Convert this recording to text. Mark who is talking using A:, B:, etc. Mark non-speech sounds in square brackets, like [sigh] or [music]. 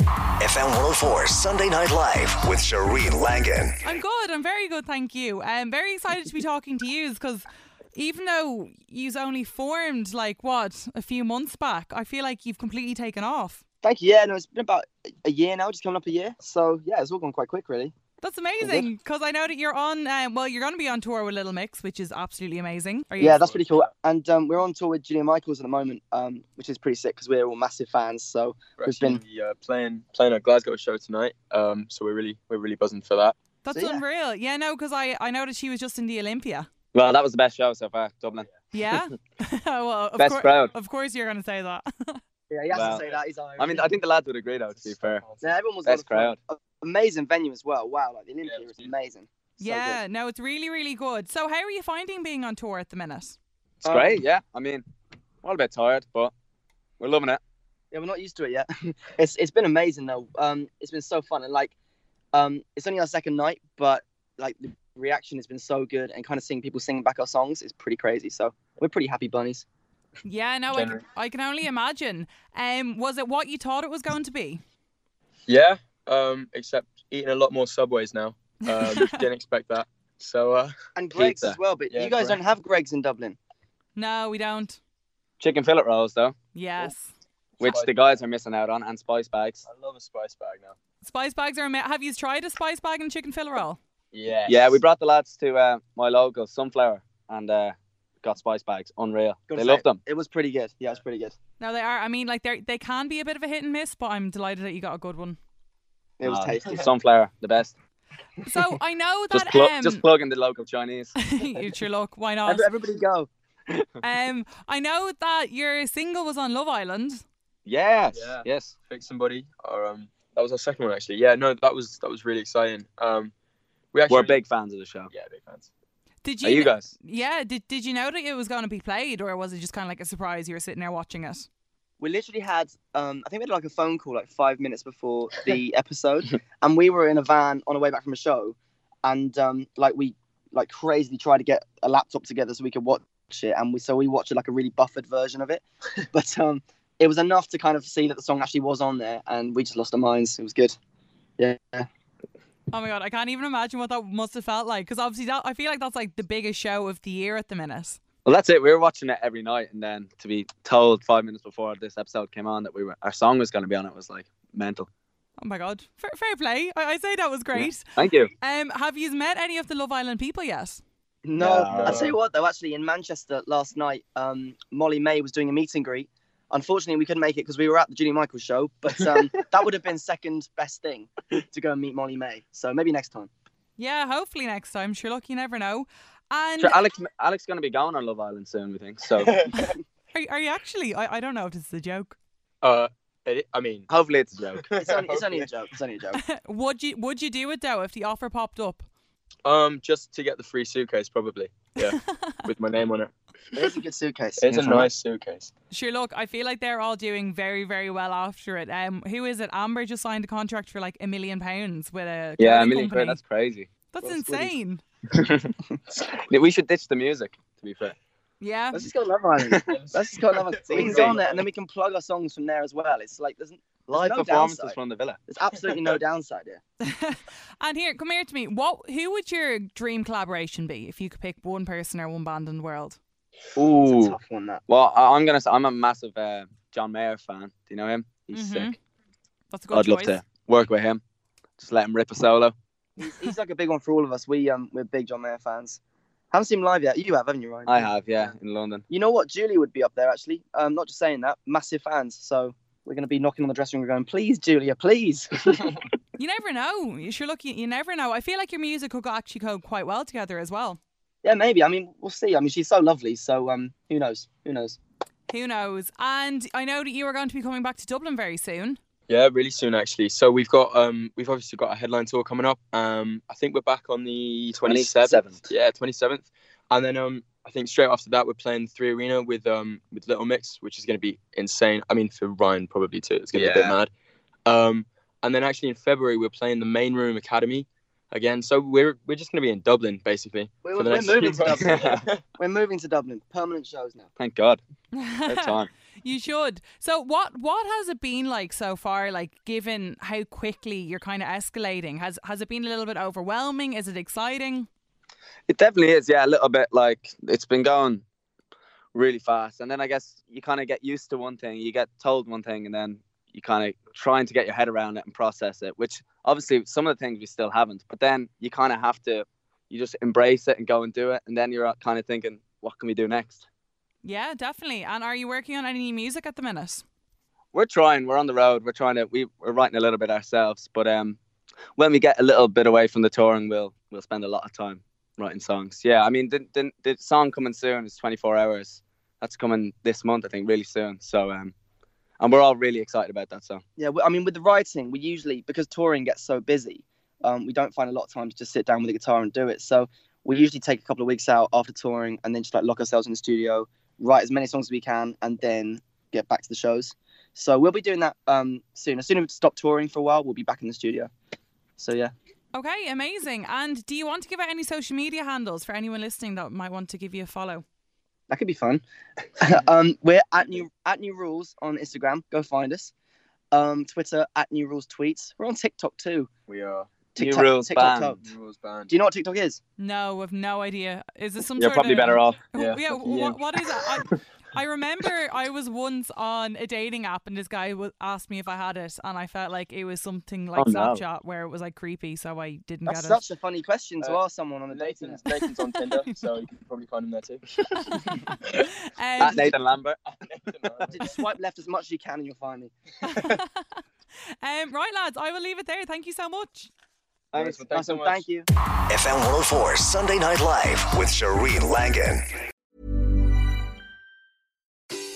A: FM 104 Sunday Night Live with Shereen Langan.
B: I'm good. I'm very good, thank you. I'm very excited to be talking to you because even though you've only formed like what a few months back, I feel like you've completely taken off.
C: Thank you. Yeah, no, it's been about a year now, just coming up a year. So yeah, it's all gone quite quick, really.
B: That's amazing because I know that you're on. Um, well, you're going to be on tour with Little Mix, which is absolutely amazing. Are you
C: Yeah, that's pretty cool. And um, we're on tour with Julian Michaels at the moment, um, which is pretty sick because we're all massive fans. So
D: We're
C: It's
D: actually uh, playing playing our Glasgow show tonight, um, so we're really we're really buzzing for that.
B: That's
C: So, yeah.
B: unreal. Yeah, no, because I I know that she was just in the Olympia.
E: Well, that was the best show so far, Dublin.
C: [laughs]
B: Yeah. [laughs] well, of
E: Best
B: cour-
E: crowd.
B: Of course, you're going to say that. [laughs]
C: yeah, he has
E: Wow.
C: to say that. He's Irish.
E: I mean, I think the lads would agree, though. To be fair,
C: yeah, everyone was a lot
E: best
C: of fun.
E: crowd.
C: Amazing venue as well. Wow, like the Olympia
D: it
C: is
D: was huge.
C: amazing. So
B: yeah. No, it's really really good. So, how are you finding being on tour at the minute?
E: It's great. Yeah, I mean, we're all a bit tired, but we're loving it.
C: Yeah, we're not used to it yet. [laughs] it's it's been amazing though. Um, it's been so fun and like, um, it's only our second night, but like the reaction has been so good and kind of seeing people singing back our songs is pretty crazy. So we're pretty happy bunnies.
B: Yeah, no, I, c- I can only imagine. Um, was it what you thought it was going to be?
D: Yeah, um, except eating a lot more subways now.
E: [laughs]
D: Um, didn't expect that. So uh,
C: And Greg's
D: Pizza.
C: as well, but
D: Yeah,
C: you guys
D: Greg.
C: don't have Greg's in Dublin.
B: No, we don't.
E: Chicken fillet rolls, though, Oh.
B: Yes.
E: which the guys are missing out on, and spice bags.
D: I love a spice bag now.
B: Spice bags are amazing. Have you tried a spice bag and chicken fillet roll?
D: Yeah.
E: Yeah, we brought the lads to uh, my local Sunflower, and uh, got spice bags. Unreal.
C: Gotta
E: they
C: say,
E: love them.
C: It was pretty good. Yeah, it was pretty good.
B: No, they are. I mean, like they they can be a bit of a hit and miss, but I'm delighted that you got a good one.
C: It was
E: Oh,
C: tasty.
E: Sunflower, the best. [laughs]
B: So I know that
E: Just plug,
B: um,
E: just plug in the local
D: [laughs]
E: Chinese.
B: [laughs] it's your luck. Why not?
C: Every- Everybody go.
B: [laughs] Um, I know that your single was on Love Island.
E: Yes,
D: Yeah.
E: yes.
D: Fix somebody. Or um, that was our second one actually. Yeah, no, that was that was really exciting. Um, we actually
E: We're big fans of the show.
D: Yeah, big fans.
B: Did
E: Are
B: you?
E: Oh, you guys?
B: Yeah. Did Did you know that it was going to be played, or was it just kind of like a surprise? You were sitting there watching it.
C: We literally had, um, I think we had like a phone call like five minutes
E: [laughs]
C: before the episode, and we were in a van on our way back from a show, and um, like we like crazily tried to get a laptop together so we could watch it, and we so we watched like a really buffered version of
E: [laughs]
C: it, but um, it was enough to kind of see that the song actually was on there, and we just lost our minds. It was good. Yeah,
B: Oh my god, I can't even imagine what that must have felt like. Because obviously, that I feel like that's like the biggest show of the year at the minute.
E: Well, that's it. We were watching it every night, and then to be told five minutes before this episode came on that we were our song was going to be on it was like mental.
B: Oh my god, fair, fair play. I, I say that was great.
E: Thank
D: [laughs]
E: you.
B: Um, have you met any of the Love Island people yet?
C: No,
E: No.
C: I'll tell you what though. Actually, in Manchester last night, um, Molly May was doing a meet and greet. Unfortunately, we couldn't make it because we were at the Julie Michaels show. But um, that would have been second best thing to go and meet Molly May. So maybe next time.
B: Yeah, hopefully next time. Sure, look, you never know. And
E: Sure, Alex, Alex going to be going on Love Island soon, we think. So
B: are, are you actually? I, I don't know if this is a joke.
D: [laughs] Uh, it, I mean,
E: hopefully it's a joke.
C: It's only, it's only a joke. It's only a joke.
B: would you Would you do it though if the offer popped up?
D: [laughs] um, just to get the free suitcase probably.
E: [laughs]
D: Yeah, with my name on it.
C: It is a good suitcase.
D: It's a
C: It's all right.
D: nice suitcase.
B: Sure, look, I feel like they're all doing very, very well after it. Um, who is it? Amber just signed a contract for like a million pounds with a
E: Yeah, a
B: clothing
E: million quid.
B: company.
E: That's crazy.
B: That's
C: that's good.
B: insane.
E: [laughs] Yeah, We should ditch the music. To
C: [laughs]
E: be fair,
B: Yeah,
C: Let's just go Love Island. Let's just go Love Island. He's
E: Easy.
C: on there, and then we can plug our songs from there as well. It's like there's, n- there's
E: live
C: no
E: performances
C: downside.
E: from the villa.
C: There's absolutely no downside here.
B: and here, come here to me. What? Who would your dream collaboration be if you could pick one person or one band in the world?
C: It's a
E: Ooh.
C: tough one that.
E: Well, I- I'm gonna. Say, I'm a massive uh, John Mayer fan. Do you know him? He's
B: Mhm.
E: sick.
B: That's a good
E: I'd love
B: choice.
E: to work with him. Just let him rip a solo.
C: He's, he's like a big one for all of us. We um we're big John Mayer fans. Haven't seen him live yet. You have, haven't you, Ryan?
E: I have, yeah, in London.
C: You know what? Julie would be up there actually. Um, not just saying that. Massive fans. So we're gonna be knocking on the dressing room, going, "Please, Julia, [laughs] please."
B: You never know. You sure look. You, you never know. I feel like your music could actually go quite well together as well.
C: yeah, maybe. I mean, we'll see. I mean, she's so lovely. So um, who knows? Who knows?
B: Who knows? And I know that you are going to be coming back to Dublin very soon.
D: Yeah, really soon actually. So we've got um we've obviously got a headline tour coming up. Um I think we're back on the 27th.
E: 27th.
D: Yeah, 27th. And then um I think straight after that we're playing Three Arena with um with Little Mix, which is going to be insane. I mean for Ryan probably too. It's going to be a bit
E: Yeah.
D: mad. Um and then actually in February we're playing the Main Room Academy again. So we're we're just going to be in Dublin basically.
C: We're,
D: for the
C: we're
D: next
C: moving
D: few
C: to Dublin.
D: months.
C: [laughs] we're moving to Dublin. Permanent shows now.
E: Thank God.
B: [laughs]
E: Good time.
B: You should. So what what has it been like so far? Like given how quickly you're kind of escalating, has has it been a little bit overwhelming? Is it exciting?
E: It definitely is, yeah, a little bit like it's been going really fast. And then I guess you kind of get used to one thing, you get told one thing, and then you kind of trying to get your head around it and process it, which obviously some of the things we still haven't, but then you kind of have to, you just embrace it and go and do it. And then you're kind of thinking, what can we do next?
B: Yeah, definitely. And are you working on any new music at the minute?
E: We're trying, we're on the road, we're trying to, we, we're writing a little bit ourselves, but um, when we get a little bit away from the touring, we'll, we'll spend a lot of time writing songs. Yeah, I mean, the, the, the song coming soon is 24 hours. That's coming this month, I think, really soon. So, um, and we're all really excited about that song.
C: Yeah, we- I mean, with the writing, we usually because touring gets so busy, um, we don't find a lot of time to just sit down with the guitar and do it. So we usually take a couple of weeks out after touring and then just like lock ourselves in the studio, write as many songs as we can, and then get back to the shows. So we'll be doing that um, soon. As soon as we stop touring for a while, we'll be back in the studio. So yeah,
B: Okay, amazing. And do you want to give out any social media handles for anyone listening that might want to give you a follow?
C: that could be
E: [laughs]
C: fun. [laughs] um, we're at new at new rules on Instagram. Go find us. Um, Twitter at new rules tweets. We're on TikTok too.
D: we are
C: TikTok,
E: New Rules
C: TikTok,
E: band.
C: TikTok.
D: Rules band.
C: Do you know what TikTok is?
B: No, I've no idea. Is this some
E: You're
B: sort
E: probably
B: of...
E: better off.
B: Yeah,
D: Yeah,
B: w- what, what is it? I, I remember I was once on a dating app and this guy w- asked me if I had it, and I felt like it was something like
E: Oh, no.
B: Snapchat where it was like creepy, so I didn't
C: That's
B: get
C: such a funny question to
D: Uh,
C: ask someone on a dating
D: Nathan's,
C: app.
D: Nathan's on Tinder, so you can probably find him there too. [laughs]
B: [laughs] it.
E: At
B: Um,
E: Nathan Lambert.
C: Just swipe left as much as you can and you'll find me.
B: um, right, lads, I will leave it there. Thank you so much.
D: Thanks, well, thanks so
C: Awesome,
D: much.
C: Thank you.
A: FM 104 Sunday Night Live with Shereen Langan.